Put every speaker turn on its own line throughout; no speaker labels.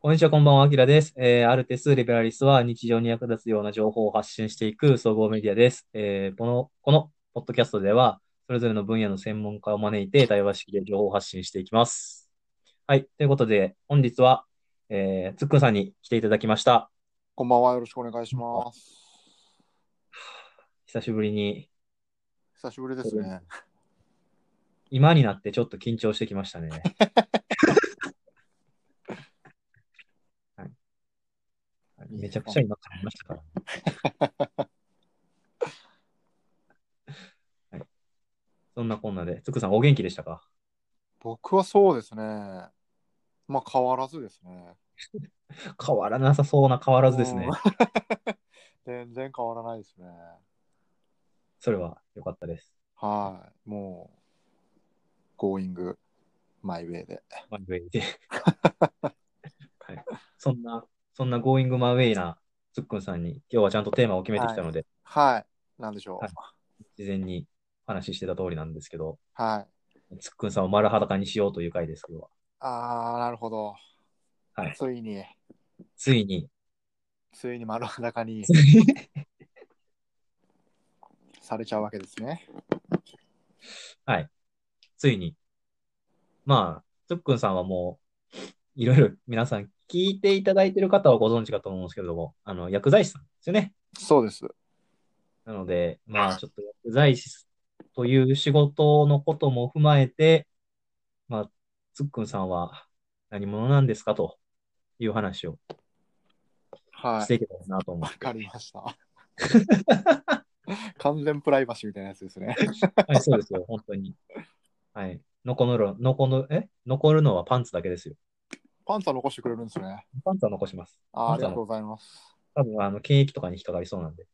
こんにちは、こんばんは、あきらです。えー、アルテス・リベラリスは日常に役立つような情報を発信していく総合メディアです。えー、この、このポッドキャストでは、それぞれの分野の専門家を招いて対話式で情報を発信していきます。はい。ということで、本日は、えー、つっくんさんに来ていただきました。
こんばんは、よろしくお願いします。
久しぶりに、
久しぶりですね。
今になってちょっと緊張してきま したね。はい、めちゃくちゃ今感じましたから。 はい、そんなこんなで、つっくんさんお元気でしたか
僕はそうですね。まあ変わらずですね。
変わらなさそうな変わらずですね。
うん。 全然変わらないですね。
それは良かったです。
はい。もう、Going My Way で。
マイウェイで。はい、そんな、そんな Going My Way なつっくんさんに今日はちゃんとテーマを決めてきたので、
はい。なんでしょう。
はい事前にお話ししてた通りなんですけど、
はい。
つっくんさんを丸裸にしようという回ですけど、
あー、なるほど。
はい
ついに、
ついに、
ついに丸 裸に
ついに
されちゃうわけですね。
ついに、まあ、つっくんさんはもう、いろいろ皆さん聞いていただいてる方はご存知かと思うんですけれども、あの、薬剤師さんですよね。
そうです。
なので、まあ、ちょっと薬剤師という仕事のことも踏まえて、まあ、つっくんさんは何者なんですかという話を
は
し
い
て。いけたらなと思
わ
う。
かりました。 完全プライバシーみたいなやつですね。
はい、そうですよ、本当に。はい。残る、残る、え残るのはパンツだけですよ。
パンツは残してくれるんですね。
パンツは残します。
あーありがとうございます。
多分、あの、検疫とかに引っかかりそうなんで。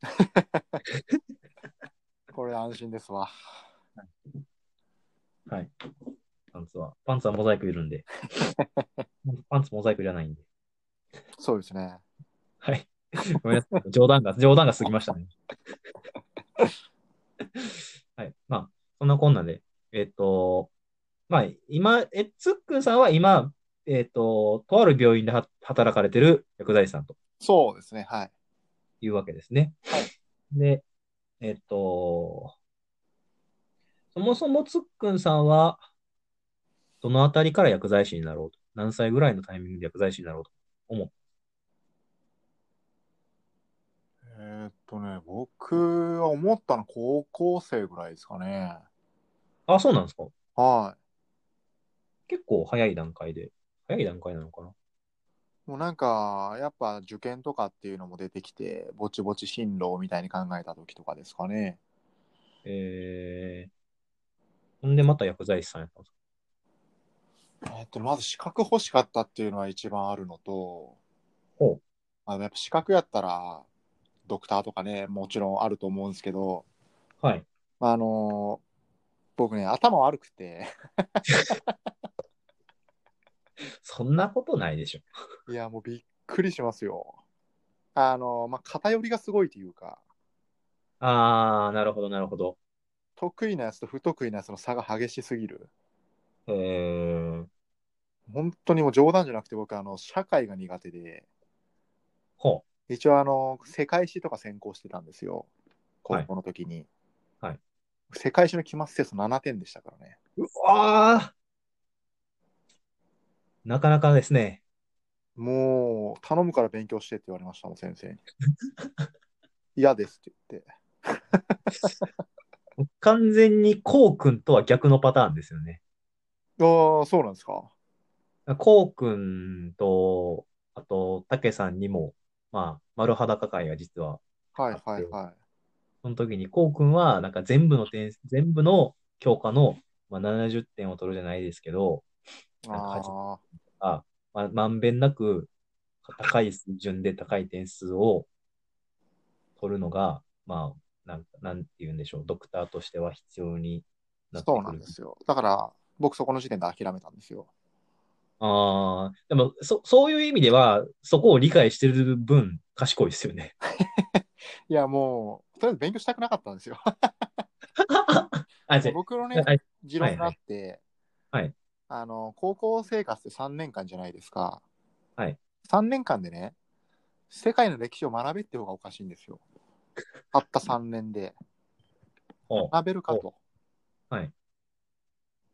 これ安心ですわ。
はい。パンツは、パンツはモザイクいるんで。 パンツモザイクいらないんで。
そうですね。
はい。 ごめんなさい。冗談が、冗談が過ぎましたね。 はい。まあ、そんなこんなで、えっ、と、まあ、今、え、つっくんさんは今、えっ、と、とある病院では働かれてる薬剤師さんと
そうですね。はい。
いうわけですね。で、えっ、と、そもそもつっくんさんは、どのあたりから薬剤師になろうと、何歳ぐらいのタイミングで薬剤師になろうと思う。
えーっとね、僕は思ったのは高校生ぐらいですかね。
あ、そうなんですか
は。
結構早い段階で、早い段階なのかない
もうなんか、やっぱ受験とかっていうのも出てきて、ぼちぼち進路みたいに考えた時とかですかね。
えー、ほんでまた薬剤師さんやったんですか
えーっと、まず資格欲しかったっていうのは一番あるのと、
ほう
あのやっぱ資格やったら、ドクターとかね、もちろんあると思うんですけど、
はい。
まああの僕ね、頭悪くて、
そんなことないでしょ。
いや、もうびっくりしますよ。あの、まあ、偏りがすごいというか、
あー、なるほど、なるほど。
得意なやつと不得意なやつの差が激しすぎる。
えー、
本当にもう冗談じゃなくて、僕、あの、社会が苦手で、
ほ
一応、あの、世界史とか専攻してたんですよ。高校の時に。
はいはい
世界史の期末テスト7点でしたからね。
う。うわーなかなかですね。
もう、頼むから勉強してって言われましたもん、先 生に。嫌ですって言って。
完全にこうくんとは逆のパターンですよね。
ああ、そうなんですか。
こうくんと、あと、たけさんにも、まあ、丸裸会が実は
はいはいはい。
その時に、こうくんは、なんか全部の点、全部の教科の、まあ、70点を取るじゃないですけど、なんか初
ああ、
まあ、まんべんなく高い水準で高い点数を取るのが、まあ、なんなんて言うんでしょう、ドクターとしては必要になってく
そ
る。
うなんですよ。だから、僕そこの時点で諦めたんですよ。
ああ、でもそ、そういう意味では、そこを理解してる分、賢いですよ ね。
いや、もう、とりあえず勉強したくなかったんですよ。
あ、じゃ
僕のね、
あ、
持論があって、
はいはいはい
あの、高校生活って3年間じゃないですか。
はい
3年間でね、世界の歴史を学べって方がおかしいんですよ。たった3年で。
ほう
学べるかと。
はい。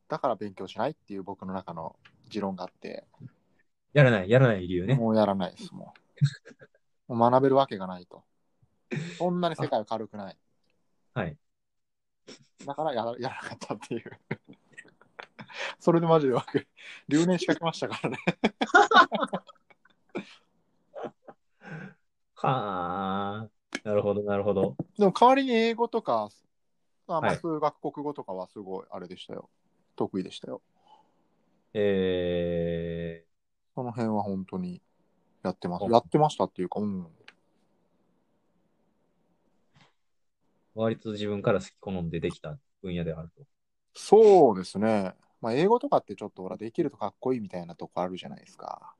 だから勉強しないっていう僕の中の持論があって、
やらない、やらない理由ね。
もうやらないです、もう。もう学べるわけがないと。そんなに世界は軽くない。
はい。
だからやらやらなかったっていう。 それでマジで僕、留年しかけましたからね。
はあ、なるほど、なるほど。
でも代わりに英語とか、あま
は
あ、
い
数学、国語とかはすごいあれでしたよ。得意でしたよ。
え
その辺は本当にやってます。
うん
やってましたっていうか、うん。
ー、割と自分から好き好んでできた分野であると。
そうですね。まあ、英語とかってちょっとほら、できるとかっこいいみたいなとこあるじゃないですか。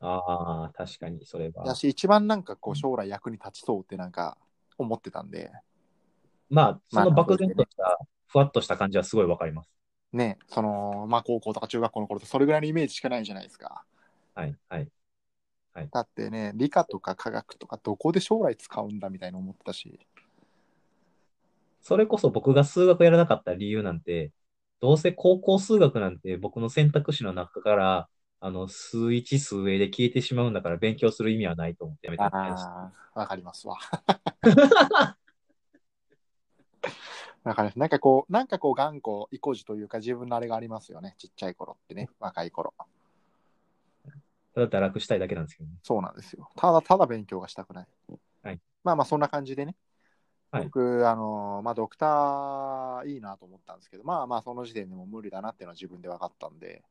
ああ、確かに、それは
だ。し、一番なんかこう、将来役に立ちそうってなんか思ってたんで、
まあ、そ
まあ
の漠然とした、ふわっとした感じはすごいわかります。
ね、その、まあ、高校とか中学校の頃とそれぐらいのイメージしかないじゃないですか。
はい、はい。
だってね、理科とか科学とかどこで将来使うんだみたいな思ってたし、
それこそ僕が数学やらなかった理由なんて、どうせ高校数学なんて僕の選択肢の中から、あの、数一数 A で消えてしまうんだから勉強する意味はないと思ってやめたみたいです。
ああ、わかりますわ。わかります。なんかこう、なんかこう頑固、意固地というか自分のあれがありますよね。ちっちゃい頃ってね、若い頃。
ただ堕落したいだけなんですけどね。
そうなんですよ。ただただ勉強がしたくない。
はい
まあまあ、そんな感じでね。
はい
僕、あのーまあ、ドクターいいなと思ったんですけど、まあまあ、その時点でもう無理だなっていうのは自分で分かったんで、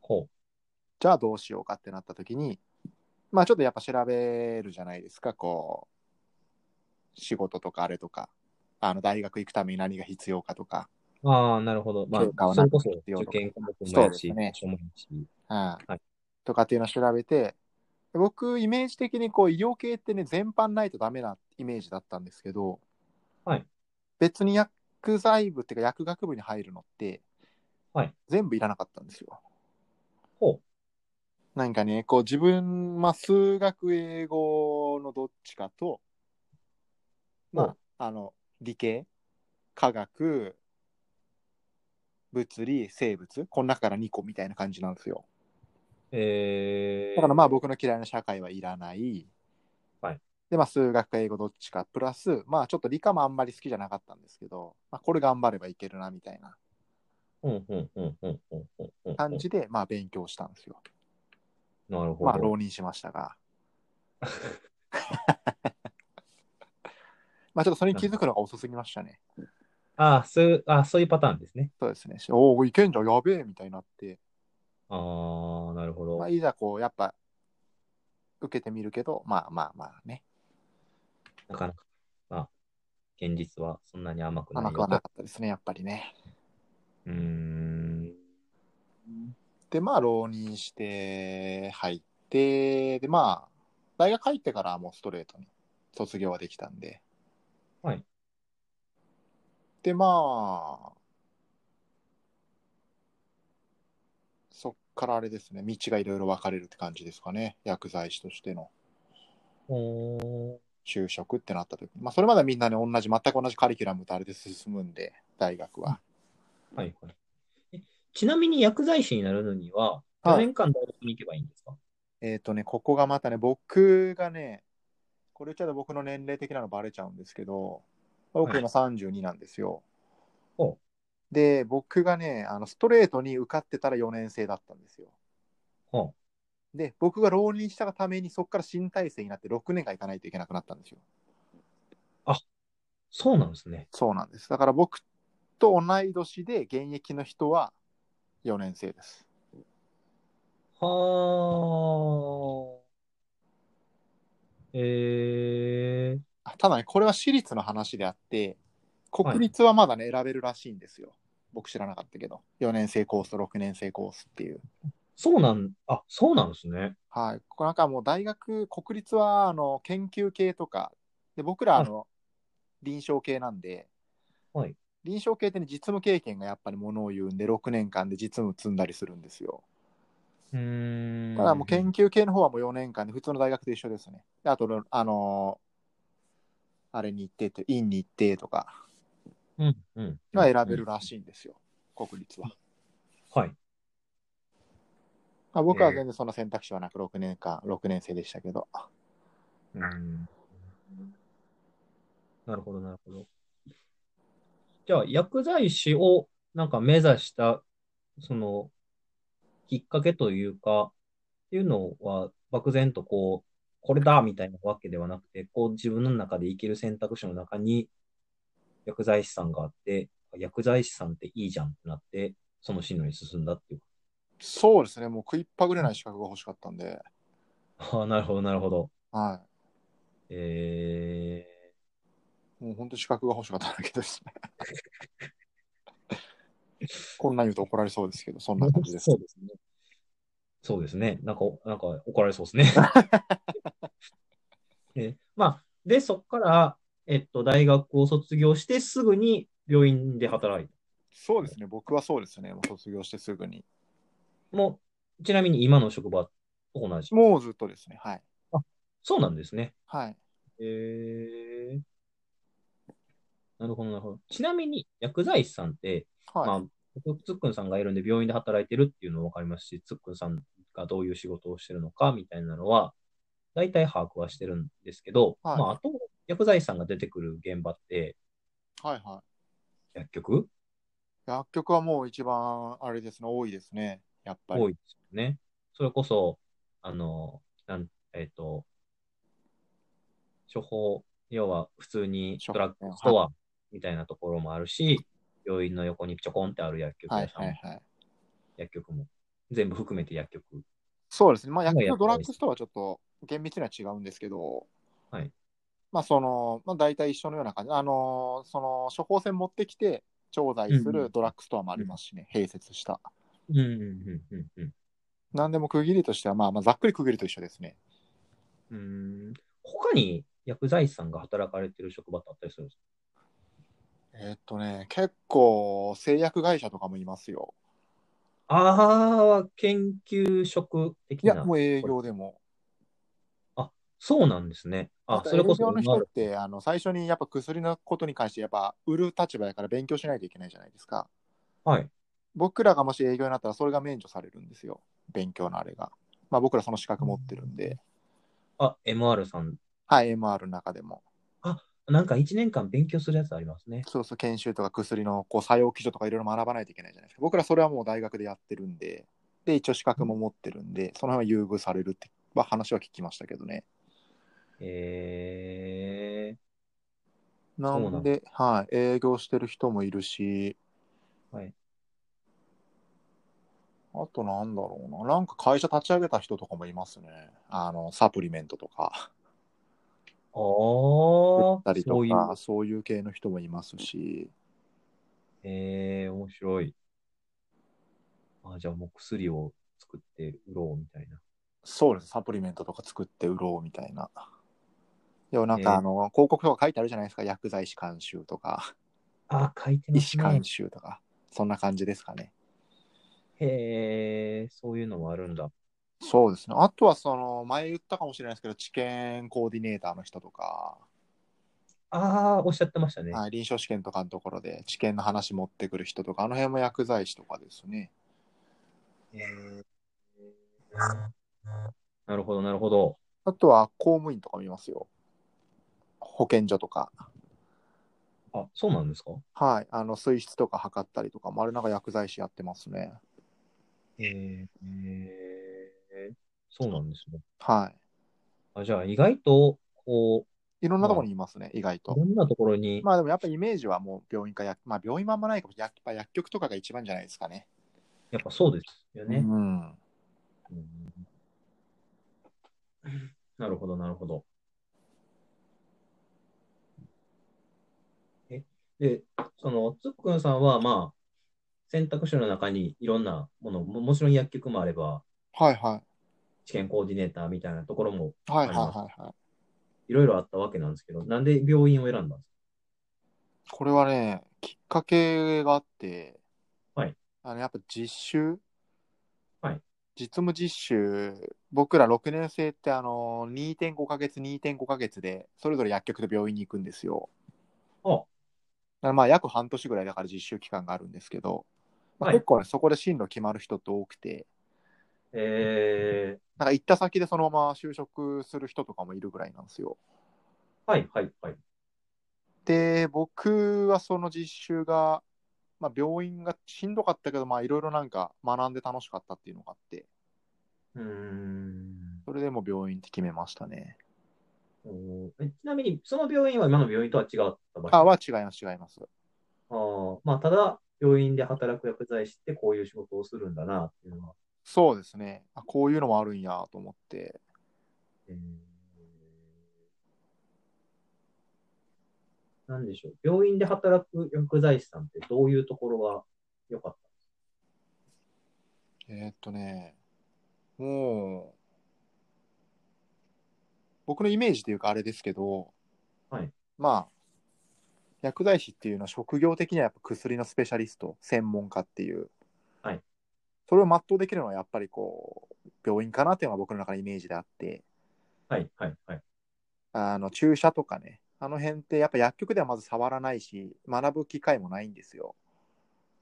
ほ
じゃあどうしようかってなった時に、まあちょっとやっぱ調べるじゃないですか、こう、仕事とかあれとか、あの大学行くために何が必要かとか、
う。ああ、なるほど。ま
教科
あ、
は
そ
な
れ
く
こ
て
そ
必要と
受
か
験科目もやる
そう
し、
ですね
場所もやるし。
うん
い
とかっていうのを調べて、僕、イメージ的にこう医療系ってね、全般ないとダメなイメージだったんですけど、
はい
別に薬剤部っていうか薬学部に入るのって、
はい
全部いらなかったんですよ。
ほ
なんかね、こう自分、まあ、数学、英語のどっちかと、まあ、あの、理系、科学、物理、生物、この中から2個みたいな感じなんですよ。
う。えー、
だからまあ僕の嫌いな社会はいらない。
はいで
で、まあ数学か英語どっちか、プラス、まあちょっと理科もあんまり好きじゃなかったんですけど、まあこれ頑張ればいけるなみたいな
うんうんうんうんうんうんうん。
感じで、まあ勉強したんですよ。
なるほ
まあ
ど。
浪人しまし たが。まあちょっとそれに気づくのが遅すぎましたね。
ああ、そういう、あそういうパターンですね。
そうですね。おお、いけんじゃん、やべえみたいになって、
ああ、なるほど。
まあいざこう、やっぱ、受けてみるけど、まあまあまあね、
なかなか、まあ、現実はそんなに甘くないよ
甘くはなかったですね、やっぱりね。
うーん。
で、まあ、浪人して入って、で、まあ、大学入ってからはもうストレートに卒業はできたんで。
はい。
で、まあ、そっからあれですね、道がいろいろ分かれるって感じですかね、薬剤師としての
おー
就職ってなった時まあ、それまではみんなね、同じ、全く同じカリキュラムとあれで進むんで、大学は。
はいはい。えちなみに薬剤師になるのには、
は
4
い
年間大学に行けばいいんですか
えっ、とね、ここがまたね、僕がね、これ言っちゃうと僕の年齢的なのバレちゃうんですけど、僕今32なんですよ。
ほ
で、僕がね、あのストレートに受かってたら4年生だったんですよ。
ほ
で、僕が浪人したがために、そこから新体制になって6年間行かないといけなくなったんですよ。
そうなんですね。
そうなんです。だから僕と同い年で現役の人は4年生です。
はあ。えー、
あただね、これは私立の話であって、国立はまだね、選べるらしいんですよ。僕知らなかったけど、4年生コースと6年生コースっていう。
そうなん、あ、そうなんですね。
はい。ここなんかもう大学、国立はあの研究系とか、で僕らあの、臨床系なんで、
はい
臨床系ってね、実務経験がやっぱりものを言うんで、6年間で実務積んだりするんですよ。
うーん。
ただもう研究系の方はもう4年間で普通の大学と一緒ですね。であと、ろあのーあれに行ってって、院に行ってとか
うん、うん。
が選べるらしいんですよ、国立は。
はい。
まあ、僕は全然その選択肢はなく6年間、6年生でしたけど。
うん。なるほど、なるほど。じゃあ、薬剤師をなんか目指した、その、きっかけというか、っていうのは、漠然とこう、これだみたいなわけではなくて、こう自分の中で生きる選択肢の中に、薬剤師さんがあって、薬剤師さんっていいじゃんってなって、その進路に進んだっていう。
そうですね、もう食いっぱぐれない資格が欲しかったんで。
ああ、なるほど、なるほど。
は
え
い。もう本当資格が欲しかっただけですね。 こんなん言うと怒られそうですけど、そんな感じです。
そうですね。そうですね。なんか、なんか怒られそうですね。えまあ、で、そこから、えっと、大学を卒業してすぐに病院で働い
そうですね、僕はそうですね、もう卒業してすぐに。
た。もう、ちなみに今の職場と同じ。
もうずっとですね、はい。
そうなんですね。
はい。
へえなるほど、なるほど。ちなみに、薬剤師さんって、
はい。
まあ、僕つっくんさんがいるんで病院で働いてるっていうのもわかりますし、つっくんさんがどういう仕事をしてるのかみたいなのは、大体把握はしてるんですけど、
はい
まあ、あと、薬剤師さんが出てくる現場って、
はいはい。
薬局
薬局はもう一番あれですね、多いですね、やっぱり。
多いですよね。それこそ、あの、なん、えっ、と、処方、要は普通にドラッグストアみたいなところもあるし、病院の横にちょこんってある薬局
は
屋
い
さん、
はいはい。
薬局も、全部含めて薬局。
そうですね、まあ
今
薬
やっ
局
ぱ
ド
り
ラッグストアはちょっと厳密には違うんですけど、
はい。
まあその、まあ大体一緒のような感じ。あのーその処方箋持ってきて、調剤す
うんう
る
ん
ドラッグストアもありますしね、併設した。
うん、うん、うん、うん。
なんでも区切りとしては、まあまあざっくり区切りと一緒ですね。
うーん他に薬剤師さんが働かれてる職場ってあったりするんですか
えーっとね、結構製薬会社とかもいますよ。
ああ、研究職的
いや、
な。
もう営業でも。
そうなんですね。あ、それこそ
営業の
今
人って、あの最初にやっぱ薬のことに関して、やっぱ売る立場やから勉強しないといけないじゃないですか。
はい。
僕らがもし営業になったら、それが免除されるんですよ。勉強のあれが。まあ僕らその資格持ってるんで、
あ、MR さん。
はい、MR の中でも。
なんか1年間勉強するやつありますね。
そうそう、研修とか薬のこう作用基準とかいろいろ学ばないといけないじゃないですか。僕らそれはもう大学でやってるんで、で、一応資格も持ってるんで、その辺は優遇されるって、まあ、話は聞きましたけどね。
え
な
そうなん
んで、はい、営業してる人もいるし、
はい。
あとなんだろうな、なんか会社立ち上げた人とかもいますね。あの、サプリメントとか、
ー、あ
売っ
あ
た、りと
そういう、
か、そういう系の人もいますし、
えー、面白い。あ、じゃあもう薬を作って売ろうみたいな。
そうです、サプリメントとか作って売ろうみたいな。でもなん
えー
かあの、広告とか書いてあるじゃないですか、薬剤師監修とか、
あ、書いて
医
ます
師
ね
監。修とか、そんな感じですかね。
へえ、そういうのもあるんだ。
そうですね。あとはその、前言ったかもしれないですけど、治験コーディネーターの人とか、
ああ、おっしゃってましたね。
はい、臨床試験とかのところで治験の話持ってくる人とか、あの辺も薬剤師とかですね。
なるほど、なるほど。
あとは公務員とか見ますよ。保健所とか。
あ、そうなんですか
はい。あの、水質とか測ったりとかも、あれなんか薬剤師やってますね。
えーえーそうなんですね。
は
あじゃあ、意外と、こ
い。いろんなところにいますね、意外
う、い
と
ろ。んなところに、
まあでもやっぱイメージはもう病院か薬、まあ病院もあんまないかもしれない。やっぱ薬局とかが一番じゃないですかね。
やっぱそうですよ
う
ね。
ん。
うんなるほど、なるほど。え、で、その、つっくんさんは、まあ、選択肢の中にいろんなもの、ももちろん薬局もあれば、
はいは
試験コーディネーターみたいなところも
い。は
あ
いはい
ります
はいは
い
い。
ろいろあったわけなんですけど、なんで病院を選んだんです
これはね、きっかけがあって、
はい
あのやっぱ実習
はい
実務実習、僕ら6年生ってあの、2.5ヶ月、2.5ヶ月で、それぞれ薬局と病院に行くんですよ。
おう
だからまあ約半年ぐらいだから実習期間があるんですけど、まあ、
はい
結構ね、そこで進路決まる人って多くて、
えー、
なんか行った先でそのまま就職する人とかもいるぐらいなんですよ。
はい、はい、はい。
で、僕はその実習が、まあ、病院がしんどかったけど、まあ、いろいろなんか学んで楽しかったっていうのがあって、
うーん。
それでもう病院って決めましたね。
おーえちなみに、その病院は今の病院とは違った場所
あ、は違います、違います。
あーまあ、ただ、病院で働く薬剤師ってこういう仕事をするんだな、っていうのは。
そうですね。あ、こういうのもあるんやと思って。
えーなんでしょう。病院で働く薬剤師さんってどういうところが良かっ
えーっとね、もう、僕のイメージというかあれですけど、
はい
まあ、薬剤師っていうのは職業的にはやっぱ薬のスペシャリスト、専門家っていう、
はい
それを全うできるのはやっぱりこう、病院かなっていうのが僕の中のイメージであって、
たはい、はい、はい。
あの注射とかね、あの辺ってやっぱ薬局ではまず触らないし、学ぶ機会もないんですよ。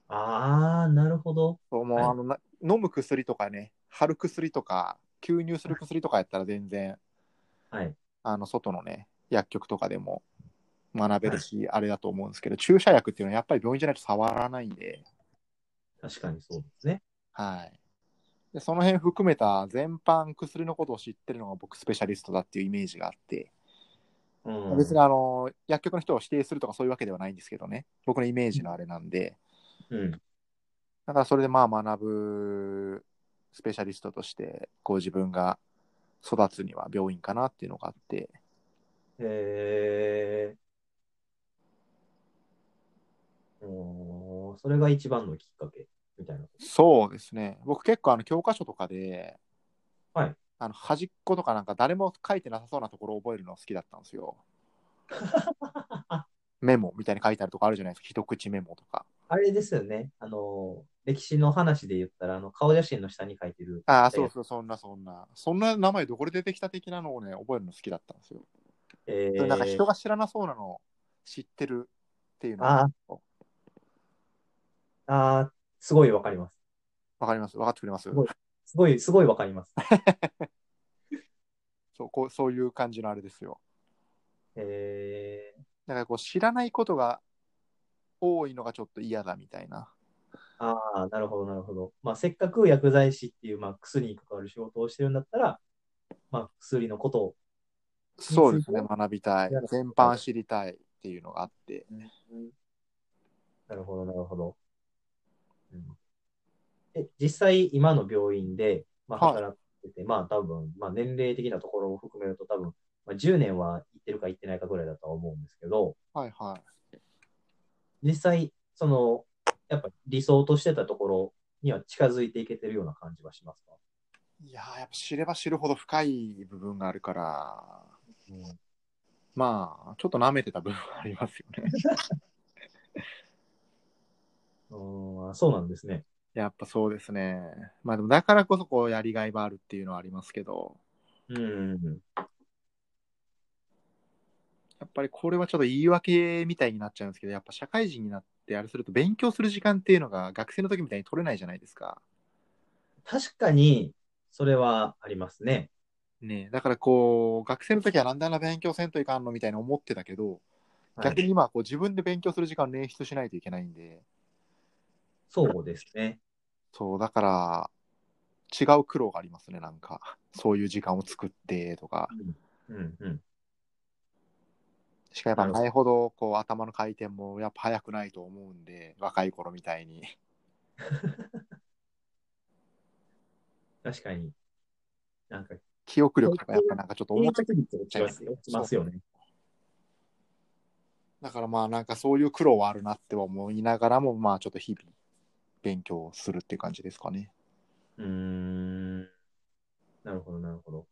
ああ、なるほど。
そうもう
はい
あのな飲む薬とかね、貼る薬とか、吸入する薬とかやったら全然、
はい。
あの外のね、薬局とかでも学べるし、あれだと思うんですけど、注射薬っていうのはやっぱり病院じゃないと触らないんで、
確かにそうですね。
はい。でその辺含めた全般薬のことを知ってるのが僕スペシャリストだっていうイメージがあって、
うん。
別にあの薬局の人を否定するとかそういうわけではないんですけどね僕のイメージのあれなんで、
うん。
だからそれでまあ学ぶスペシャリストとしてこう自分が育つには病院かなっていうのがあって
えー、おーそれが一番のきっかけみたいな。
そうですね僕結構あの教科書とかで、
はい
あの端っことかなんか誰も書いてなさそうなところを覚えるの好きだったんですよメモみたいに書いてあるとこあるじゃないですか一口メモとか
あれですよね。あの、歴史の話で言ったら、あの、顔写真の下に書いてる。
ああそうそうそんなそんなそんな名前どこで出てきた的なのをね覚えるの好きだったんですよ
え
そ
ー
れなんか人が知らなそうなのを知ってるっていうの
あ
は
ーあー、すごいわかります。
わかります分かってくれます
すごいすごい、すごいわかります。
そうこうそういう感じのあれですよ
えー、
だからこう知らないことが多いのがちょっと嫌だみたいな
ああ、なるほど、なるほど。まあ、せっかく薬剤師っていう、まあ、薬に関わる仕事をしてるんだったら、まあ、薬のことを、
そうですね学びたい
嫌だ
全般知りたいっていうのがあって
なるほど、なるほど。うんえ、実際、今の病院で、まあ、
はい
働いてて、まあ、多分、まあ、年齢的なところを含めると、多分、まあ、10年は行ってるか行ってないかぐらいだとは思うんですけど、
はいは
実際、その、やっぱ理想としてたところには近づいていけてるような感じはしますか
いいやーやっぱ知れば知るほど深い部分があるからまあちょっと舐めてた部分はありますよね
うん、そうなんですね。
やっぱそうですねまあでもだからこそこうやりがいはあるっていうのはありますけど
うん。
やっぱりこれはちょっと言い訳みたいになっちゃうんですけど、やっぱ社会人になってあれすると勉強する時間っていうのが学生の時みたいに取れないじゃないですか。
確かに、それはありますね。
ねえだからこう、学生の時はなんであんな勉強せんといかんのみたいな思ってたけど、
はい
逆に今はこう自分で勉強する時間を捻出しないといけないんで、
そうですね。
そう、だから違う苦労がありますね、なんか。そういう時間を作ってとか。
うんうん。
しかやっぱ
なるほど
前ほどこう頭の回転もやっぱ速くないと思うんで、若い頃みたいに。
確かに。なんか、
記憶力とかやっぱなんかちょっと思っ
着率落
ちますよ
ちますよね。
だからまあなんかそういう苦労はあるなって思いながらもまあちょっと日々勉強するっていう感じですかね。
うーん。なるほど、なるほど。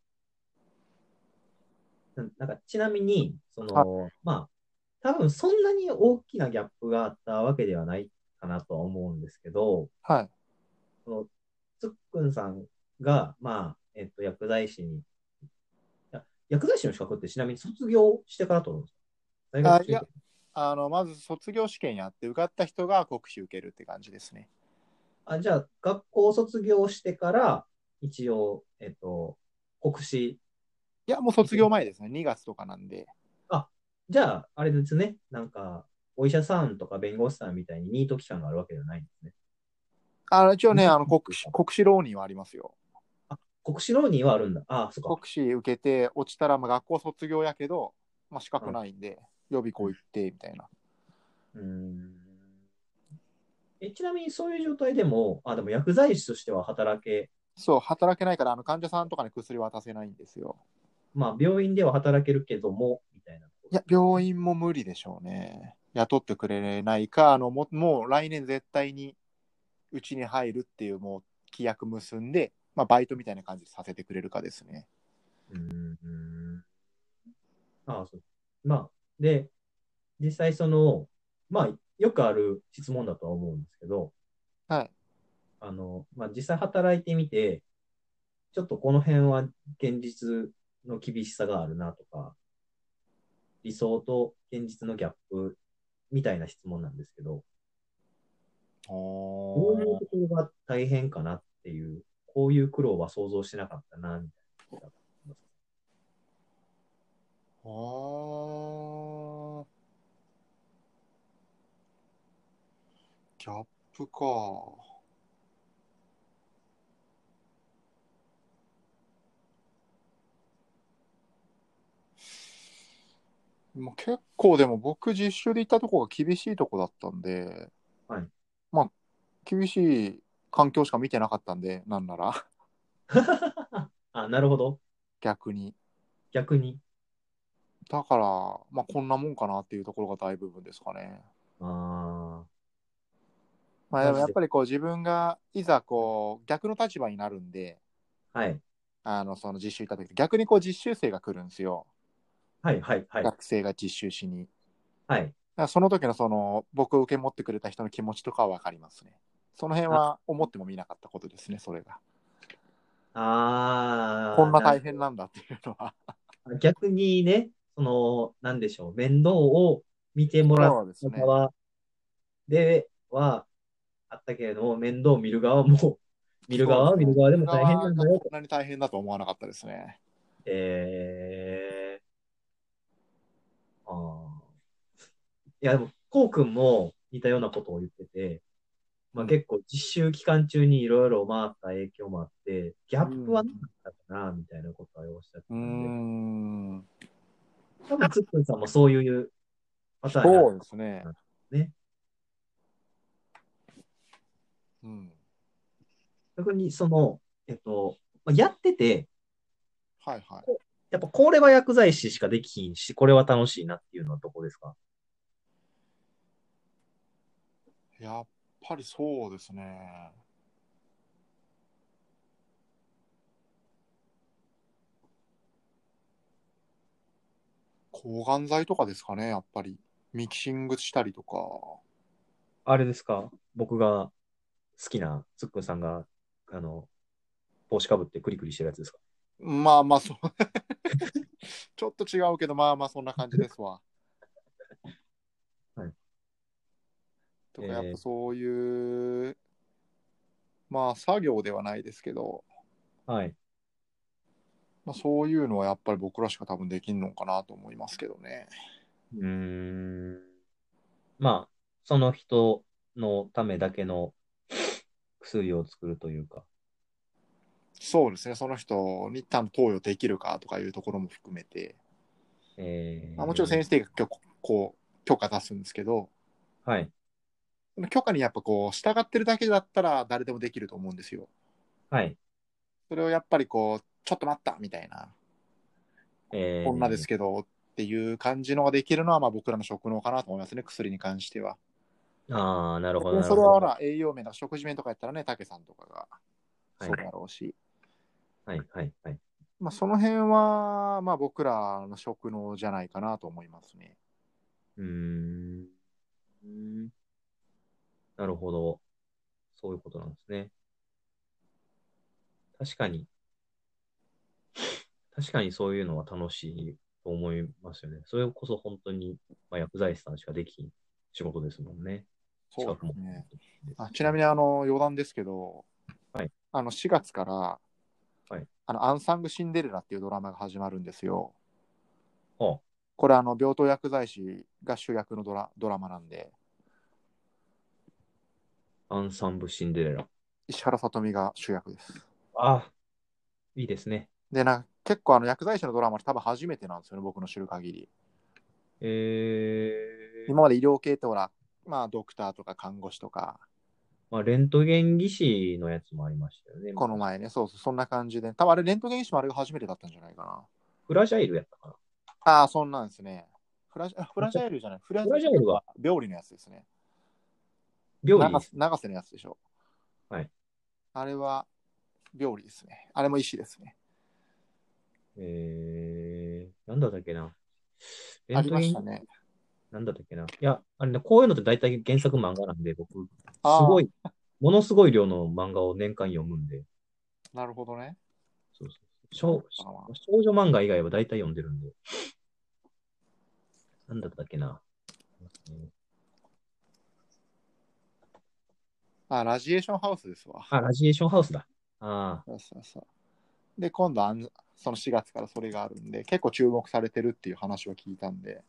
ななんか、ちなみに、その、まあ、多分そんなに大きなギャップがあったわけではないかなとは思うんですけど、
はい。
そのつっくんさんが、まあ、えっと、薬剤師に、いや薬剤師の資格ってちなみに卒業してから取るんですか大学
あいや
中
あの、まず卒業試験やって、受かった人が国費受けるって感じですね。
あ、じゃあ、学校卒業してから、一応、えっと、国試。
いや、もう卒業前ですね。2月とかなんで。
じゃあ、あれですね。なんか、お医者さんとか弁護士さんみたいにニート期間があるわけじゃないんですね。
あの、一応ね、あの、国試、国試浪人はありますよ。
国試浪人はあるんだ。ああ、そっか
国。試受けて、落ちたら、まあ、学校卒業やけど、まあ、資格ないんで、予備校行って、みたいな。
うーんえ、ちなみにそういう状態でも、あ、でも薬剤師としては働け、
そう、働けないから、あの、患者さんとかに薬渡せないんですよ。
まあ、病院では働けるけども、みたいな。
いや、病院も無理でしょうね。雇ってくれないか、あの、ももう来年絶対にうちに入るっていう、もう規約結んで、まあ、バイトみたいな感じでさせてくれるかですね。
うーん。ああ、そう。まあ、で、実際その、まあ、よくある質問だとは思うんですけど、
はい。
あの、まあ、実際働いてみて、ちょっとこの辺は現実の厳しさがあるなとか、理想と現実のギャップみたいな質問なんですけど、ど
お
ういうところが大変かなっていう、こういう苦労は想像してなかったな、みたいな。
おギャップか。もう結構でも僕実習で行ったとこが厳しいとこだったんで、
はい
まあ厳しい環境しか見てなかったんで、なんなら
あ、なるほど。
逆に。
逆に。
だから、まあこんなもんかなっていうところが大部分ですかね。
あ
まあ
マ
で
ジ
も
で
やっぱりこう自分がいざこう逆の立場になるんで、
あ、はい。
あのその実習行った時逆にこう実習生が来るんですよ。
はい、はい、はい。
学生が実習しに。
はい。
だからその時のその僕を受け持ってくれた人の気持ちとかは分かりますね。その辺は思ってもみなかったことですね、それが。
ああ、
こんな大変なんだっていうのは。
な逆にね、その、なんでしょう、面倒を見てもら
そうです
う
ね
側ではあったけれども、面倒を見る側も、見る側は見る側でも大変なんだよ
こんなに大変だと思わなかったですね。
えー、あーいや、でも、こうくんも似たようなことを言ってて、まあ、
うん
結構実習期間中にいろいろ回った影響もあって、ギャップはなかったかな、みたいなことはおっしゃってた
うー
んで、
ん。
多分、つっくんさんもそういうパターンや
そうですね。
ね。
うん。
逆に、その、えっと、まあ、やってて、
はいはい。
やっぱこれは薬剤師しかできひんし、これは楽しいなっていうのはどこですか
やっぱりそうですね。抗がん剤とかですかね、やっぱり。ミキシングしたりとか。
あれですか僕が好きなつっくんさんが、あの、帽子かぶってクリクリしてるやつですか
まあまあ、そう。 ちょっと違うけど、まあまあ、そんな感じですわ。
はい。
とか、やっぱそういう、まあ、作業ではないですけど、
はい。
まあ、そういうのはやっぱり僕らしか多分できんのかなと思いますけどね。
うーん。まあ、その人のためだけの薬を作るというか。
そうですね、その人に多分投与できるかとかいうところも含めて、
えー
まあ、もちろん先生が許こう許可出すんですけど、
はい。
その許可にやっぱこう従ってるだけだったら誰でもできると思うんですよ。
はい。
それをやっぱりこう、ちょっと待ったみたいな、
えー
女ですけどっていう感じのができるのはまあ僕らの職能かなと思いますね、薬に関しては。
ああ、なるほど、なる
そ
ほ
れはほ
ど。
ら栄養面とか食事面とかやったらね、竹さんとかが
はい
そうだろうし。
はい、はい、はい。
まあ、その辺は、まあ、僕らの職能じゃないかなと思いますね。
うーん。うーんなるほど。そういうことなんですね。確かに。確かにそういうのは楽しいと思いますよね。それこそ本当に、まあ、薬剤師さんしかできん仕事ですもんね。
そうです
資格
ね。あちなみにあの余談ですけど、
はい
あの4月から、
はい
あの「アンサング・シンデレラ」っていうドラマが始まるんですよ。
はあ
これあの病棟薬剤師が主役のドラドラマなんで
アンサンブシンデレラ。
石原さとみが主役です。
ああ、いいですね。
でなんか結構あの薬剤師のドラマって多分初めてなんですよね僕の知る限り。
えー、
今まで医療系ってほら、まあ、ドクターとか看護師とか
まあ、レントゲン技師のやつもありましたよね。
この前ねそうそうそんな感じで多分あれレントゲン医師もあれが初めてだったんじゃないかな。
フラジャイルやったか
ああ、そんなんですね。フラジあフラジャイルじゃない。フラ
フラジャイルは
病理のやつですね。
な。病理
長
で
瀬
す。
長瀬のやつでしょ。
はい。
あれは、病理ですね。あれも医師ですね。
えー、なんだったっけな。レ
あ
ン
り
ト
ま
ゲ
し
ン
た、ね。
なんだったっけな。いや、あれね、こういうのって大体原作漫画なんで、僕、す
あー
ごい、ものすごい量の漫画を年間読むんで、
なるほどね。
そうそう
あ
少
まあ
少女漫画以外は大体読んでるんで。なんだったっけな。
あ、ラジエーションハウスですわ。
あ、ラジエーションハウスだ。ああ、
そうそうそう。で、今度あん、その4月からそれがあるんで、結構注目されてるっていう話は聞いたんで、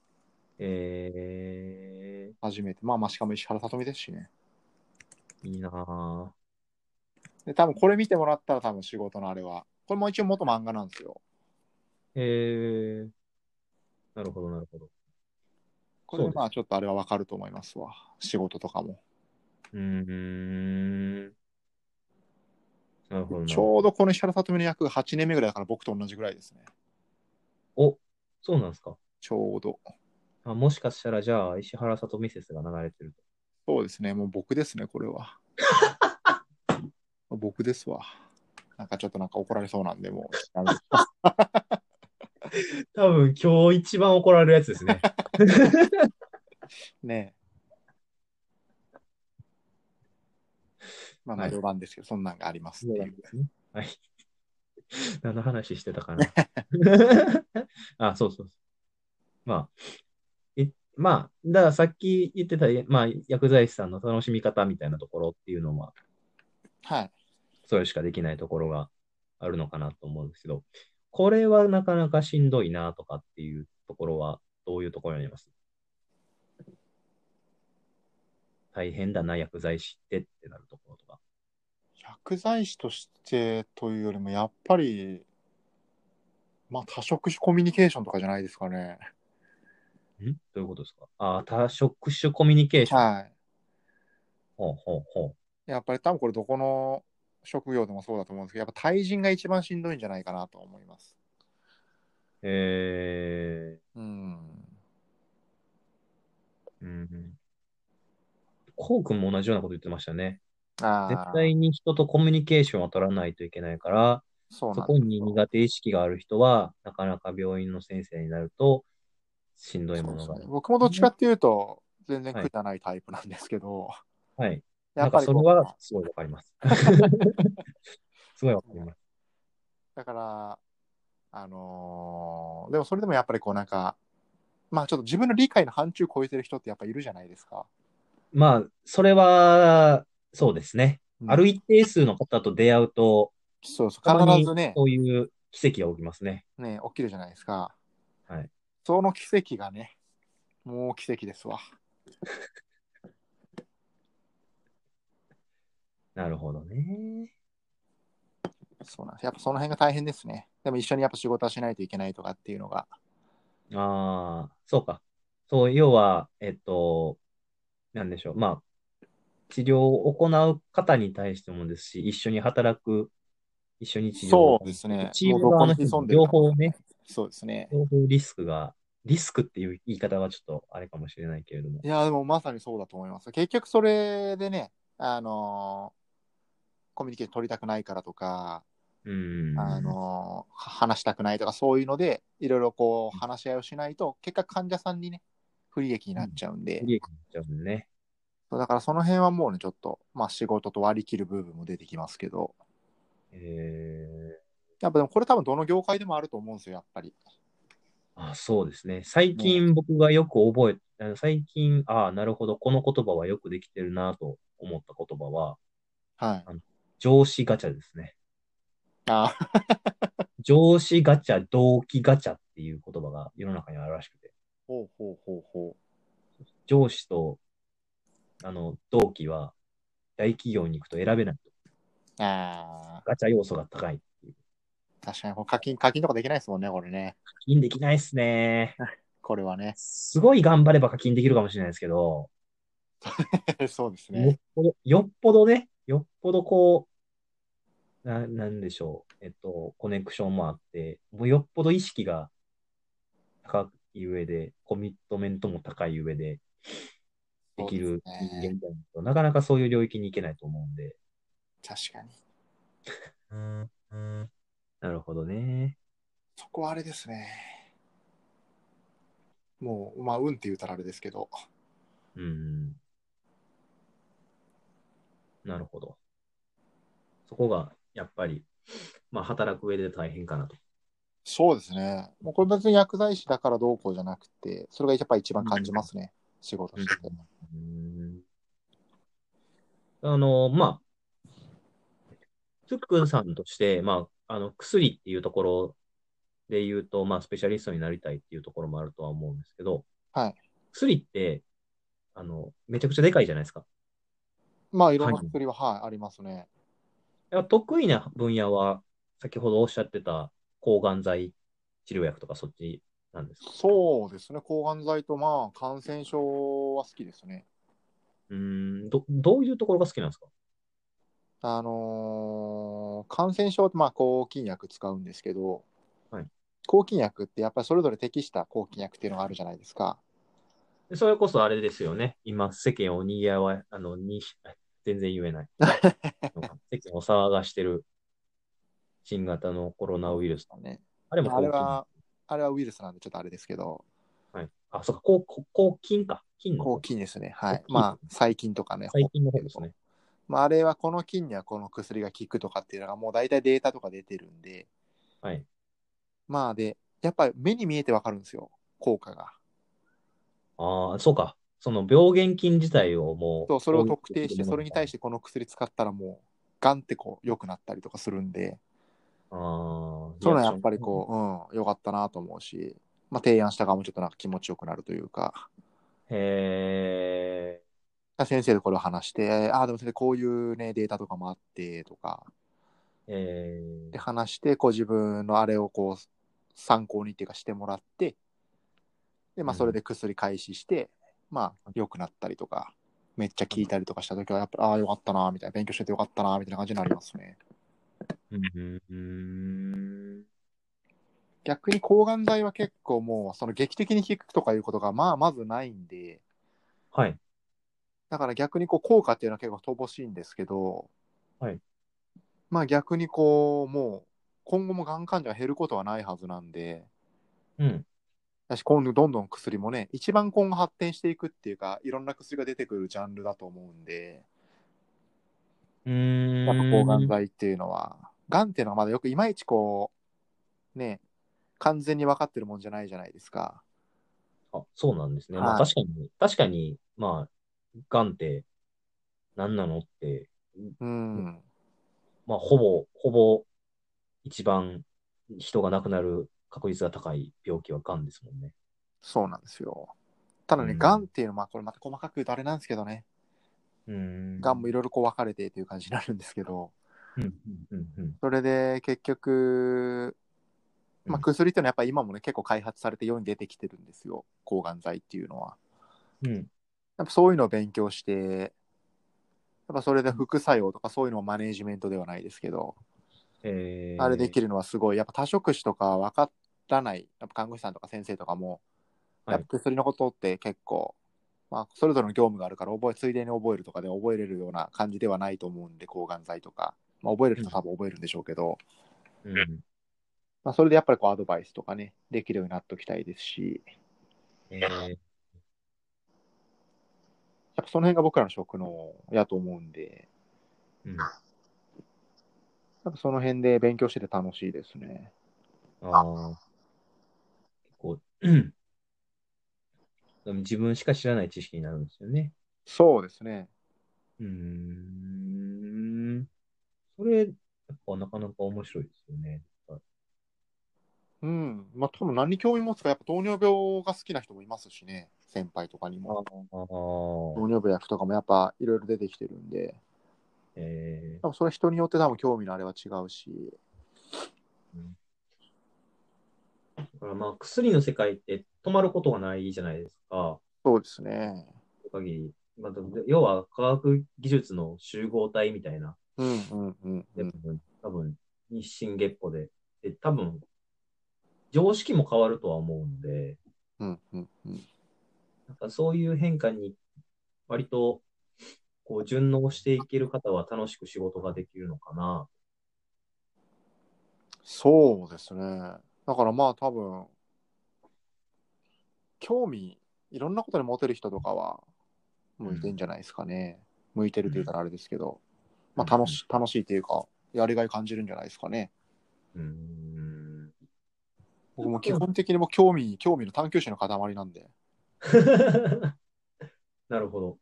え
初めて。まあまあ、しかも石原さとみですしね。
ー、いいなぁ。
で、多分これ見てもらったら多分仕事のあれは。これも一応元漫画なんですよ。
えー、なるほど、なるほど。
これ
そう
で
です
まあちょっとあれはわかると思いますわ。仕事とかも。
うーん。なるほどな。
ちょうどこの石原さとみの役が8年目ぐらいだから僕と同じぐらいですね。
お、そうなんですか。
ちょうど。
あ、もしかしたら、じゃあ、石原さとみ説が流れてると。
そうですね。もう僕ですね、これは。 僕ですわ。なんかちょっとなんか怒られそうなんで、もうやめて。
多分、今日一番怒られるやつ ですね。
ねえ。まあまあ
はい
余談ですけど、そんなんがありますっていう。
はい。 何の話してたかな。 あ、そうそうそう。まあ、え、まあ、だからさっき言ってた、まあ、薬剤師さんの楽しみ方みたいなところっていうのは、
はい。
それしかできないところがあるのかなと思うんですけど、これはなかなかしんどいなとかっていうところは、どういうところになります大変だな、薬剤師ってってなるところとか。
薬剤師としてというよりも、やっぱり、まあ多職種コミュニケーションとかじゃないですかね。
んどういうことですかああ、多職種コミュニケーション。
はい。
ほうほうほう。
やっぱり多分これどこの職業でもそうだと思うんですけど、やっぱ対人が一番しんどいんじゃないかなと思います。
え
うん。
ー、うん。こうくんも同じようなこと言ってましたね。
ああ、
絶対に人とコミュニケーションは取らないといけないから、
そう
そ
なんで
こ
す
に
よ
苦手意識がある人は、なかなか病院の先生になると、しんどいもの
そう
が。
ですね僕もどっちかっていうと、全然苦じゃないタイプなんですけど、
はい。
や
な
っ
ん
ぱ
か
り
そ
こ
れ
う
は、すごいわかります。 すごいわかります。
だから、あのーでもそれでもやっぱりこうなんか、まあちょっと自分の理解の範疇超えてる人ってやっぱいるじゃないですか。
まあ、それは、そうですね。
うん
ある一定数の方と出会うと、
そうそ
たま
う、必
に
ずね、
そういう奇跡が起きますね。
ね、起きるじゃないですか。
はい。
その奇跡がね、もう奇跡ですわ。
なるほどね。
そうなんです。やっぱその辺が大変ですね。でも一緒にやっぱ仕事はしないといけないとかっていうのが。
ああ、そうか。そう、要は、えっと、なんでしょう。まあ、治療を行う方に対してもですし、一緒に働く、一緒に治療を
そうですね
チーム側の
もうどこに
人
潜
も
んでる
両
かも
方ね、
そうですね。
両方リスクが、リスクっていう言い方はちょっとあれかもしれないけれども
い。や、でもまさにそうだと思います。結局それでね、あのーコミュニケーション取りたくないからとか、
うん。
あのーは話したくないとか、そういうので、いろいろこう、話し合いをしないと、結果患者さんにね、不利益になっちゃうんで、
不利益になっちゃうもんね。
そうだからその辺はもうね、ちょっと、まあ仕事と割り切る部分も出てきますけど、
えー、
やっぱでもこれ多分どの業界でもあると思うんですよ、やっぱり。
あ、そうですね。最近僕がよく覚え、あの最近、ああ、なるほど、この言葉はよくできてるなと思った言葉は、
はい。
上司ガチャですね。
あー
上司ガチャ、動機ガチャっていう言葉が世の中にあるらしくて、
ほうほうほうほ
上司と、あの、同期は大企業に行くと選べない。
う。ああ、
ガチャ要素が高いっていう。
確かにこれ課金、課金とかできないですもんね、これね。
課金できないっすね。。
これはね
すごい頑張れば課金できるかもしれないですけど、
そうです
よっ
ね。
ぽど、よっぽどね、よっぽどこう、な、なんでしょう。えっと、コネクションもあって、もうよっぽど意識が高い上で、コミットメントも高い上で、できる
そうで
人
すね
間じゃないと、なかなかそういう領域に行けないと思うんで。
確かに。
なるほどね。
そこはあれですね。もう、まあ、うんって言うたらあれですけど。
うん。なるほど。そこが、やっぱり、まあ、働く上で大変かなと。
そうですね。もうこれ別に薬剤師だからどうこうじゃなくて、それがやっぱ一番感じますね。仕事してて。
あの、まあ、つっくんさんとして、まあ、あの、薬っていうところで言うと、まあ、スペシャリストになりたいっていうところもあるとは思うんですけど、
はい
薬って、あの、めちゃくちゃでかいじゃないですか。
まあ、いろんな薬は、はい、ありますね。
やっぱ得意な分野は、先ほどおっしゃってた抗がん剤治療薬とかそっちなんですか
そうですね。抗がん剤と、まあ、感染症は好きですね。
うーん、ど、どういうところが好きなんですか
あのー感染症って、まあ、抗菌薬使うんですけど、
はい
抗菌薬ってやっぱりそれぞれ適した抗菌薬っていうのがあるじゃないですか。
でそれこそあれですよね。今、世間を賑わ、あの、に、全然言え ない。世間を騒がしてる新型のコロナウイルス。
ね、
あれも
あれ
抗菌。
は、あれはウイルスなんでちょっとあれですけど、
はい。あ、そうか、抗、抗抗菌か。菌の
抗
方。
菌ですね。はい
抗。菌
まあ、細菌とかね。
細菌の方ですね。
まあ、あれはこの菌にはこの薬が効くとかっていうのがもう大体データとか出てるんで、
はい。
まあで、やっぱり目に見えてわかるんですよ、効果が。
ああ、そうか。その病原菌自体をもう。。
そうそれを特定して、それに対しててこの薬使ったらもう、ガンってこう、良くなったりとかするんで、
ああ、
そういうのはやっぱりこう、うん、良かったなと思うし、まあ、提案した側もちょっとなんか気持ちよくなるというか、
う。へえ。
先生とこれを話して、ああ、でも先生こういうね、データとかもあって、とか、
え
で話して、こう自分のあれをこう、参考にっていうかしてもらって、で、ま
う
あ
ん
それで薬開始して、まあ良くなったりとか、めっちゃ聞いたりとかした時は、やっぱり、ああ、よかったな、みたいな、勉強しててよかったな、みたいな感じになりますね。
ー。うん。
逆に抗がん剤は結構もう、その劇的に効くとかいうことが、まあまずないんで、
はい。
だから逆にこう効果っていうのは結構乏しいんですけど、
はい
まあ逆にこう、もう今後もがん患者が減ることはないはずなんで、
うん。
だし今度どんどん薬もね、一番今後発展していくっていうか、いろんな薬が出てくるジャンルだと思うんで、
うーん。
やっぱ抗がん剤っていうのは、がんっていうのはまだよくいまいちこう、ね、完全に分かってるもんじゃないじゃないですか。
あ、そうなんですね。まあ
はい
確かに、確かに、まあ、癌って何なのって、
うん。
まあほぼ、ほぼ一番人が亡くなる確率が高い病気は癌ですもんね。
そうなんですよ。ただね、
うん
がんっていうのは、まあこれまた細かく言うとあれなんですけどね、
うーん。
がんもいろいろこう分かれてっていう感じになるんですけど、
うん、うん、うん、うん。
それで結局、
う
まあ、
ん
薬っていうのはやっぱり今もね結構開発されて世に出てきてるんですよ抗がん剤っていうのは
うん、
やっぱそういうのを勉強してやっぱそれで副作用とかそういうのをマネージメントではないですけど、
えー、
あれできるのはすごいやっぱ多職種とか分からないやっぱ看護師さんとか先生とかも
はい
やっぱ薬のことって結構、まあ、それぞれの業務があるから覚えついでに覚えるとかで覚えれるような感じではないと思うんで抗がん剤とか、まあ、覚える人は多分覚えるんでしょうけど、
うん。
まあ、それでやっぱりこうアドバイスとかね、できるようになっておきたいですし、
えー、
やっぱその辺が僕らの職能やと思うんで、
うん。
なんかその辺で勉強してて楽しいですね。
ああ。結構、でも自分しか知らない知識になるんですよね。
そうですね。
うーん。それ、やっぱなかなか面白いですよね。
うん。まあ、多分何に興味持つか、やっぱ糖尿病が好きな人もいますしね。先輩とかにも。
ああ。
糖尿病薬とかもやっぱいろいろ出てきてるんで、
え
多分それ人によって多分興味のあれは違うし。
ー、だからまあ薬の世界って止まることがないじゃないですか。
そうですね。
限り。まあ、でも要は科学技術の集合体みたいな。
うんうんうん、う
で
ん。
多分、日進月歩で。で、多分、常識も変わるとは思うので、
うんうんうん。
なんかそういう変化に、割と、こう、順応していける方は楽しく仕事ができるのかな。
そうですね。だからまあ多分、興味、いろんなことに持てる人とかは、向いてんじゃないですかね。向いてるって言ったらあれですけど、まあ楽し楽しいっていうか、やりがい感じるんじゃないですかね。
うーん。
僕も基本的にもう興味、興味の探求心の塊なんで。
なるほど。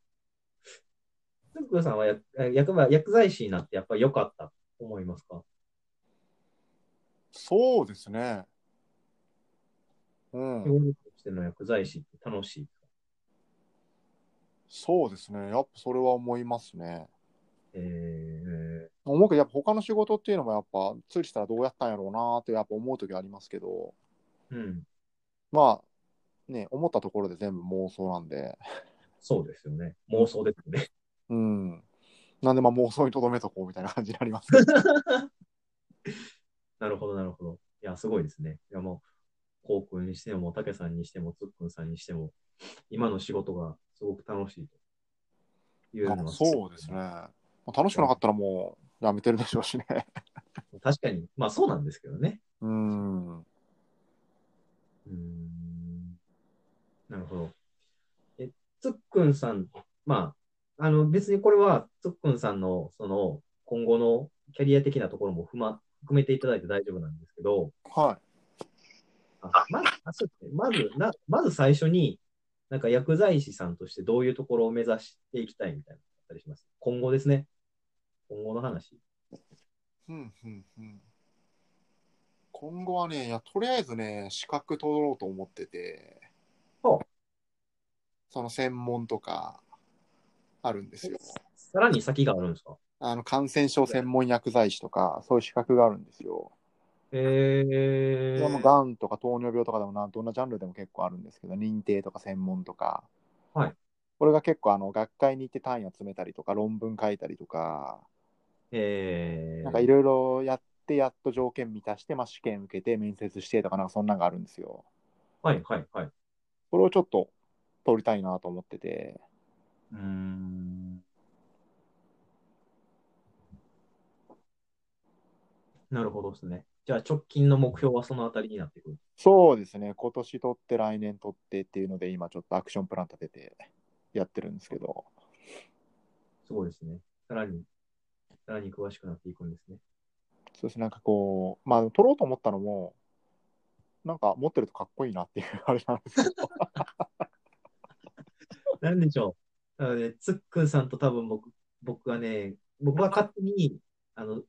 つくさんはや薬ば薬剤師になってやっぱり良かったと思いますか
そうですね。うん。
病院としての薬剤師って楽しい。
そうですね。やっぱそれは思いますね。
えー、
思うけど、やっぱ他の仕事っていうのもやっぱ、ついしたらどうやったんやろうなーってやっぱ思う時ありますけど、
うん、
まあ、ね、思ったところで全部妄想なんで、
そうですよね。妄想ですよね。
うん。なんでまあ妄想にとどめとこうみたいな感じになりますけど
なるほど、なるほど。いや、すごいですね。いや、もう、こうくんにしても、たけさんにしても、つっくんさんにしても、今の仕事がすごく楽しいというのは。
そうですね。。まあ楽しくなかったらもうやめてるでしょうしね。
確かに、まあそうなんですけどね。
うん。
うーんなるほど。え、つっくんさん、まあ、あの別にこれはつっくんさんのその今後のキャリア的なところも踏ま含めていただいて大丈夫なんですけど、
はい。
あまずあそうですねまずな、まず最初に、なんか薬剤師さんとしてどういうところを目指していきたいみたいなのあったりします。今後ですね。今後の話。
うんうんうん今後はね、いや、とりあえずね、資格取ろうと思ってて
ほう、
その専門とかあるんですよ。
さらに先があるんですか
あの感染症専門薬剤師とか、そういう資格があるんですよ。
へ
そ
え
れはもうがんとか糖尿病とかでもな、どんなジャンルでも結構あるんですけど、認定とか専門とか、
はい
これが結構あの学会に行って単位を詰めたりとか、論文書いたりとか、
え
なんかいろいろやって、やっと条件満たして、まあ、試験受けて、面接してとか、なんかそんなんがあるんですよ。
はいはいはい。う
これをちょっと取りたいなと思ってて、
ーん。なるほどですね。じゃあ直近の目標はそのあたりになってくる。
そうですね、今年取って、来年取ってっていうので、今ちょっとアクションプラン立ててやってるんですけど、
すごいですね。さらに、さらに詳しくなっていくんですね。
そうですね、なんかこう、まあ、取ろうと思ったのも、なんか持ってるとかっこいいなっていうあれなんですけど、
なんでしょう。なので、つっくんさんと多分僕、僕はね、僕は勝手に、あの、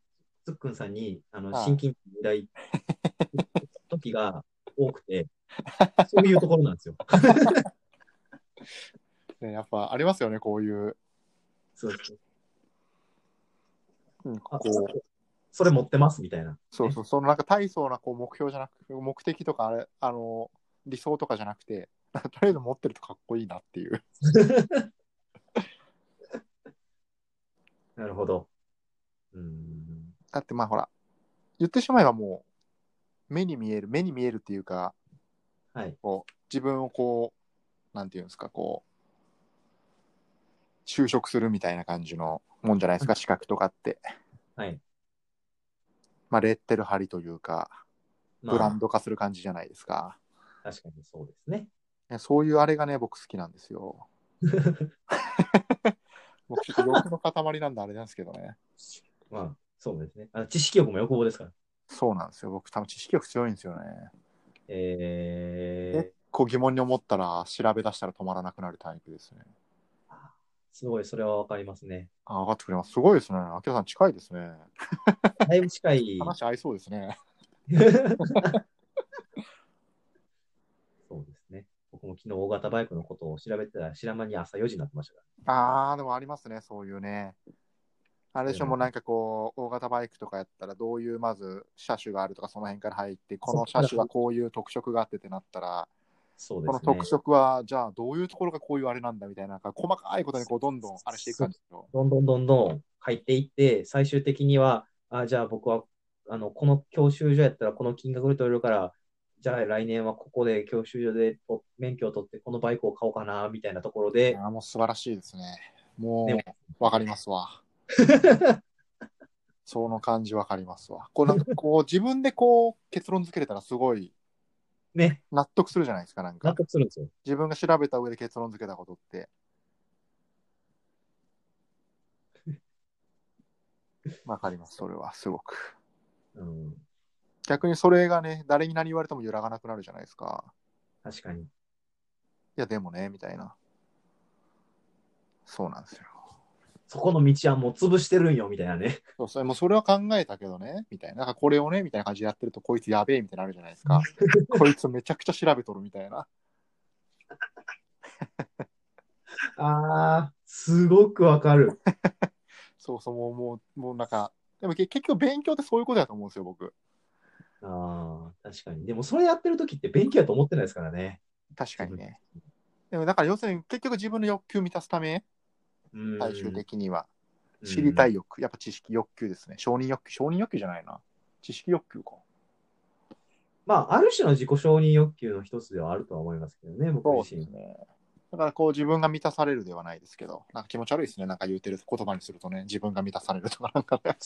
つっくんさんに、あの、
はい
親近感依頼、時が多くて、そういうところなんですよ。
ねやっぱありますよね、こういう、
そうそう。
うん
あ
こう、
それ持ってますみたいな。
そうそう、そのなんか大層なこう目標じゃなく、目的とかあれ、あの、理想とかじゃなくて、 なんかとりあえず持ってるとかっこいいなっていう。
なるほど。うーん。
だってまあほら、言ってしまえばもう、目に見える、目に見えるっていうか、
はい。
こう自分をこう、なんていうんですか、こう、就職するみたいな感じのもんじゃないですか、資格とかって。
はい。
まあ、レッテル貼りというか、
ま
ブラン
あ、
ド化する感じじゃないですか。
確かにそうですね。
ねそういうあれがね、僕好きなんで すよ。僕ちょっと欲の塊なんであれなんですけどね。
まあ、そうですね。あの知識欲も欲望ですから。
そうなんですよ。僕、多分知識力強いんですよね。
えー
結、構疑問に思ったら、調べ出したら止まらなくなるタイプですね。
すごい、それはわかりますね。
あ、分かってくれます。すごいですね。明さん、近いですね。
だいぶ近 い。
話合いそうですね。
そうですね。僕も昨日大型バイクのことを調べてたら、知ら間に朝4時になってましたか
ああ、でもありますね、そういうね。あれでしょ、
うん
もうなんかこう、大型バイクとかやったら、どういうまず車種があるとか、その辺から入って、この車種はこういう特色があってってなったら、
ら。そう
この
で
特
すね。
色は、じゃあどういうところがこういうあれなんだみたいな、なんか細かいことにこう、どんどんあれしていく感じですよ。
どんどんどんどん書いていって、最終的には、あ、じゃあ僕は、あの、この教習所やったらこの金額で取れるから、じゃあ来年はここで教習所でと免許を取ってこのバイクを買おうかな、みたいなところ で、
ああ、もう素晴らしいですね。も
でも
う、わかりますわ。その感じわかりますわ。こう、なんかこう、自分でこう、結論付けれたらすごい
ね、
納得するじゃないですか、なん
納
か。
得するんですよ。
自分が調べた上で結論付けたこ とって。わかります、それは、すごく。
うん、
逆にそれがね、誰に何言われても揺らがなくなるじゃないですか。
確かに。
いや、でもね、みたいな。そうなんですよ。
そこの道はもう潰してるんよ、みたいなね。
そう、それもうそれは考えたけどね、みたいな。なんかこれをね、みたいな感じでやってると、こいつやべえ、みたいなのあるじゃないです か。こいつめちゃくちゃ調べとるみたいな。
ああ、すごくわかる。
そうそう、もう、もう、もうなんか、でも結結局勉強ってそういうことだと思うんですよ、僕。
ああ、確かに。でもそれやってる時って勉強やと思ってないですからね。
確かにね。でもだから要するに結局自分の欲求を満たすため、
うん
最終的には
うん
知りたい欲、やっぱ知識欲求ですね。承認欲求、承認欲求じゃないな。知識欲求か。
まあ、ある種の自己承認欲求の一つではあるとは思いますけどね、僕自身。
ね。だからこう自分が満たされるではないですけど、なんか気持ち悪いですね。なんか言ってる言葉にするとね、自分が満たされるとかなんか、ね、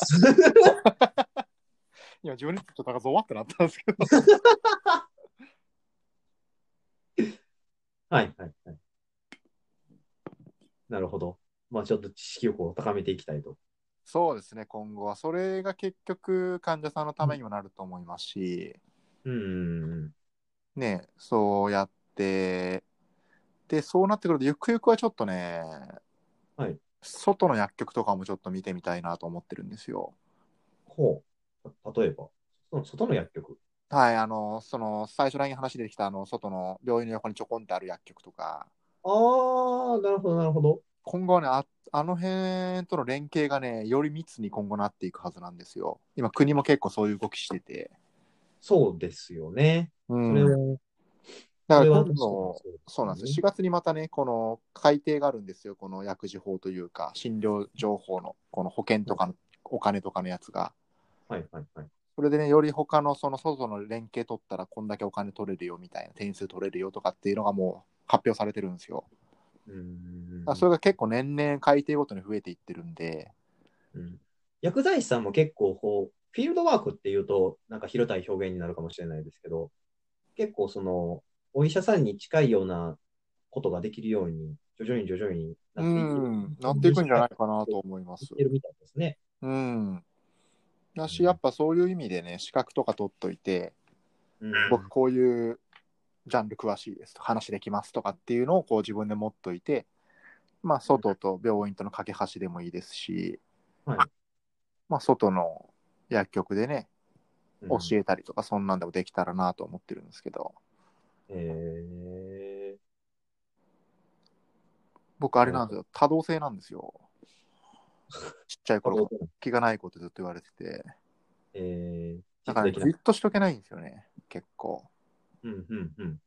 今自分にちょっとなんかゾワってなったんですけど。
はい、はい、はい。なるほど。まあ、ちょっと知識欲を高めていきたいと。
そうですね、今後は。それが結局患者さんのためにもなると思いますし、
うん。
ね、そうやって、で、そうなってくると、ゆくゆくはちょっとね、
はい
外の薬局とかもちょっと見てみたいなと思ってるんですよ。
ほう。た例えば、その外の薬局。
はい、あの、その、最初 LINE の話できた、あの、外の病院の横にちょこんってある薬局とか、
ああ、なるほど、なるほど。
今後はね、ああの辺との連携がね、より密に今後なっていくはずなんですよ。今、国も結構そういう動きしてて。
そうですよね。
う
そ
ん。
れ
だ
はそ
か、ら
れは
今度、そうなんですよ。4月にまたね、この改定があるんですよ。この薬事法というか、診療情報の、この保険とかの、お金とかのやつが。
はい、はい、はい。
それでね、より他のその外の連携取ったら、こんだけお金取れるよみたいな、点数取れるよとかっていうのがもう発表されてるんですよ。
うん
だからそれが結構年々改定ごとに増えていってるんで、
うん薬剤師さんも結構こう、フィールドワークっていうと、なんか広い表現になるかもしれないですけど、結構その、お医者さんに近いようなことができるように、徐々に徐々にな
う
っていく
ん、なっていくんじゃないかなと思います
いっ。てるみたいですね。
うん。だし、やっぱそういう意味でね、資格とか取っといて、
うん、
僕こういうジャンル詳しいですと話できますとかっていうのをこう自分で持っといて、まあ、外と病院との架け橋でもいいですし、
はい
まあ、外の薬局でね、
うん
教えたりとか、そんなんでもできたらなと思ってるんですけど、
え
僕、あれなんですよ、多動性なんですよ。ちっちゃい
ー、
頃、気がないことずっと言われてて、
えー、
だから、ね、
実
じ
績
っとしとけないんですよね、結構。
なうんうんうん。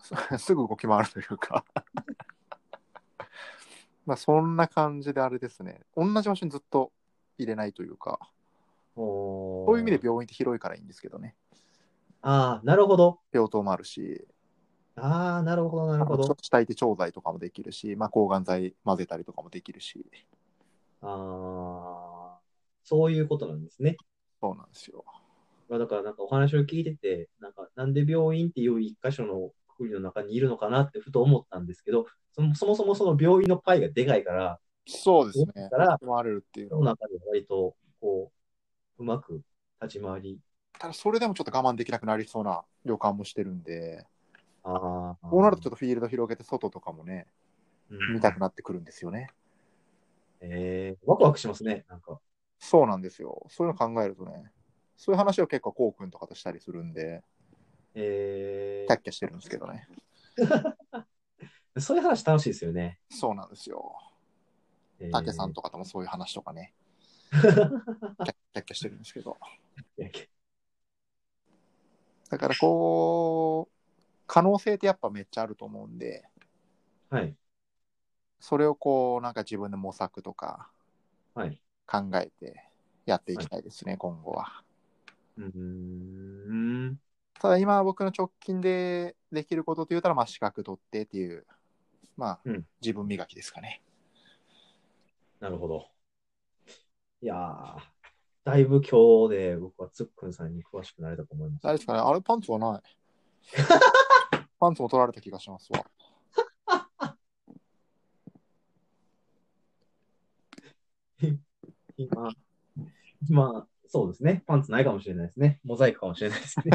す すぐ動き回るというか まあそんな感じであれですね同じ場所にずっと入れないというか
そ
そういう意味で病院って広いからいいんですけどね
ああ、なるほど。
病棟もあるし
ああ、なるほど、な
あ
るほ
のちょ
ど
っと。下いて調剤とかもできるし、まあ、抗がん剤混ぜたりとかもできるし
ああ、そういうことなんですね。
そうなんですよ
まあ、だからなんかお話を聞いてて、なんかなんで病院っていう一箇所の国の中にいるのかなってふと思ったんですけど、そのそもそもその病院のパイがでかいから、
そうですね
だから
もあるっていう
そ
の
の
は
中で割とこうまく立ち回り、
ただそれでもちょっと我慢できなくなりそうな予感もしてるんで、
ああ、
こうなるとちょっとフィールド広げて外とかもね、
うん
見たくなってくるんですよね。
えー、ワクワクしますね、なんか。
そうなんですよ。そういうの考えるとね、そういう話を結構こうくんとかとしたりするんで、
え
キャッキャしてるんですけどね。
ー、そういう話楽しいですよね。
そうなんですよ。
えー
たけさんとかともそういう話と かね、キャッキャッキャしてるんですけど。
いやけ
だからこう、可能性ってやっぱめっちゃあると思うんで、
はい、
それをこう、なんか自分で模索とか
はい。
考えてやっていきたいですね、今後は。
うーん。
ただ今僕の直近でできることと言うたら、まあ資格取ってっていう、まあ
うん
自分磨きですかね。
なるほど。いやー、だいぶ今日で僕はつっくんさんに詳しくなれたと思います。
あれですかね、あれパンツ はない。パンツも取られた気がします わ。
今、今、そうですね。パンツないかもしれないですね。モザイクかもしれないですね。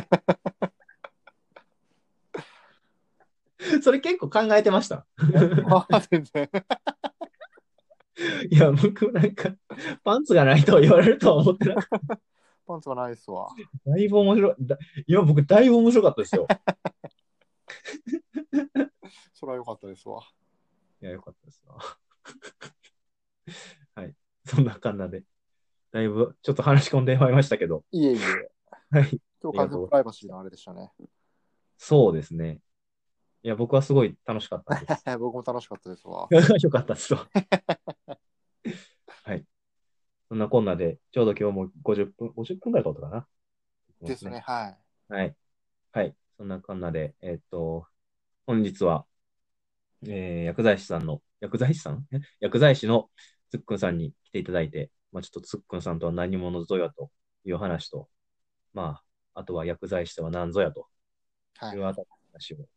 それ結構考えてました。
ああ、全然。
いや、僕なんか、パンツがないとは言われるとは思ってなかった。
パンツはないですわ。
だいぶ面白い。だいや、僕、だいぶ面白かったですよ。
それは良かったですわ。
いや、よかったですわ。 はい。そんな感じで。だいぶ、ちょっと話し込んでまいりましたけど。
いえいえ、
はい。
今日完全にプライバシーのあれでしたね。
そうですね。いや、僕はすごい楽しかったです。
僕も楽しかったですわ。
よかったっすわ。 はい。そんなこんなで、ちょうど今日も50分、50分ぐらいかかったかな。
ですね、。はい。
はい。はい。そんなこんなで、えっと、本日は、えー、薬剤師さんの、薬剤師さんえ薬剤師のつっくんさんに来ていただいて、まあ、ちょっとつっくんさんとは何者ぞやという話と、まあ、あとは薬剤師とは何ぞやと
はいい、
う話を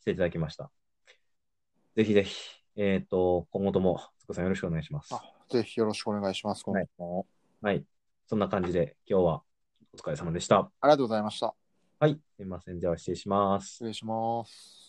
していただきました。ぜひぜひ、えっ、と、今後とも、つっくんさんよろしくお願いします。
あぜひよろしくお願いします。今後も、
はい。そんな感じで、今日はお疲れ様でした。
ありがとうございました。
はい。すいません。では失礼します。
失礼します。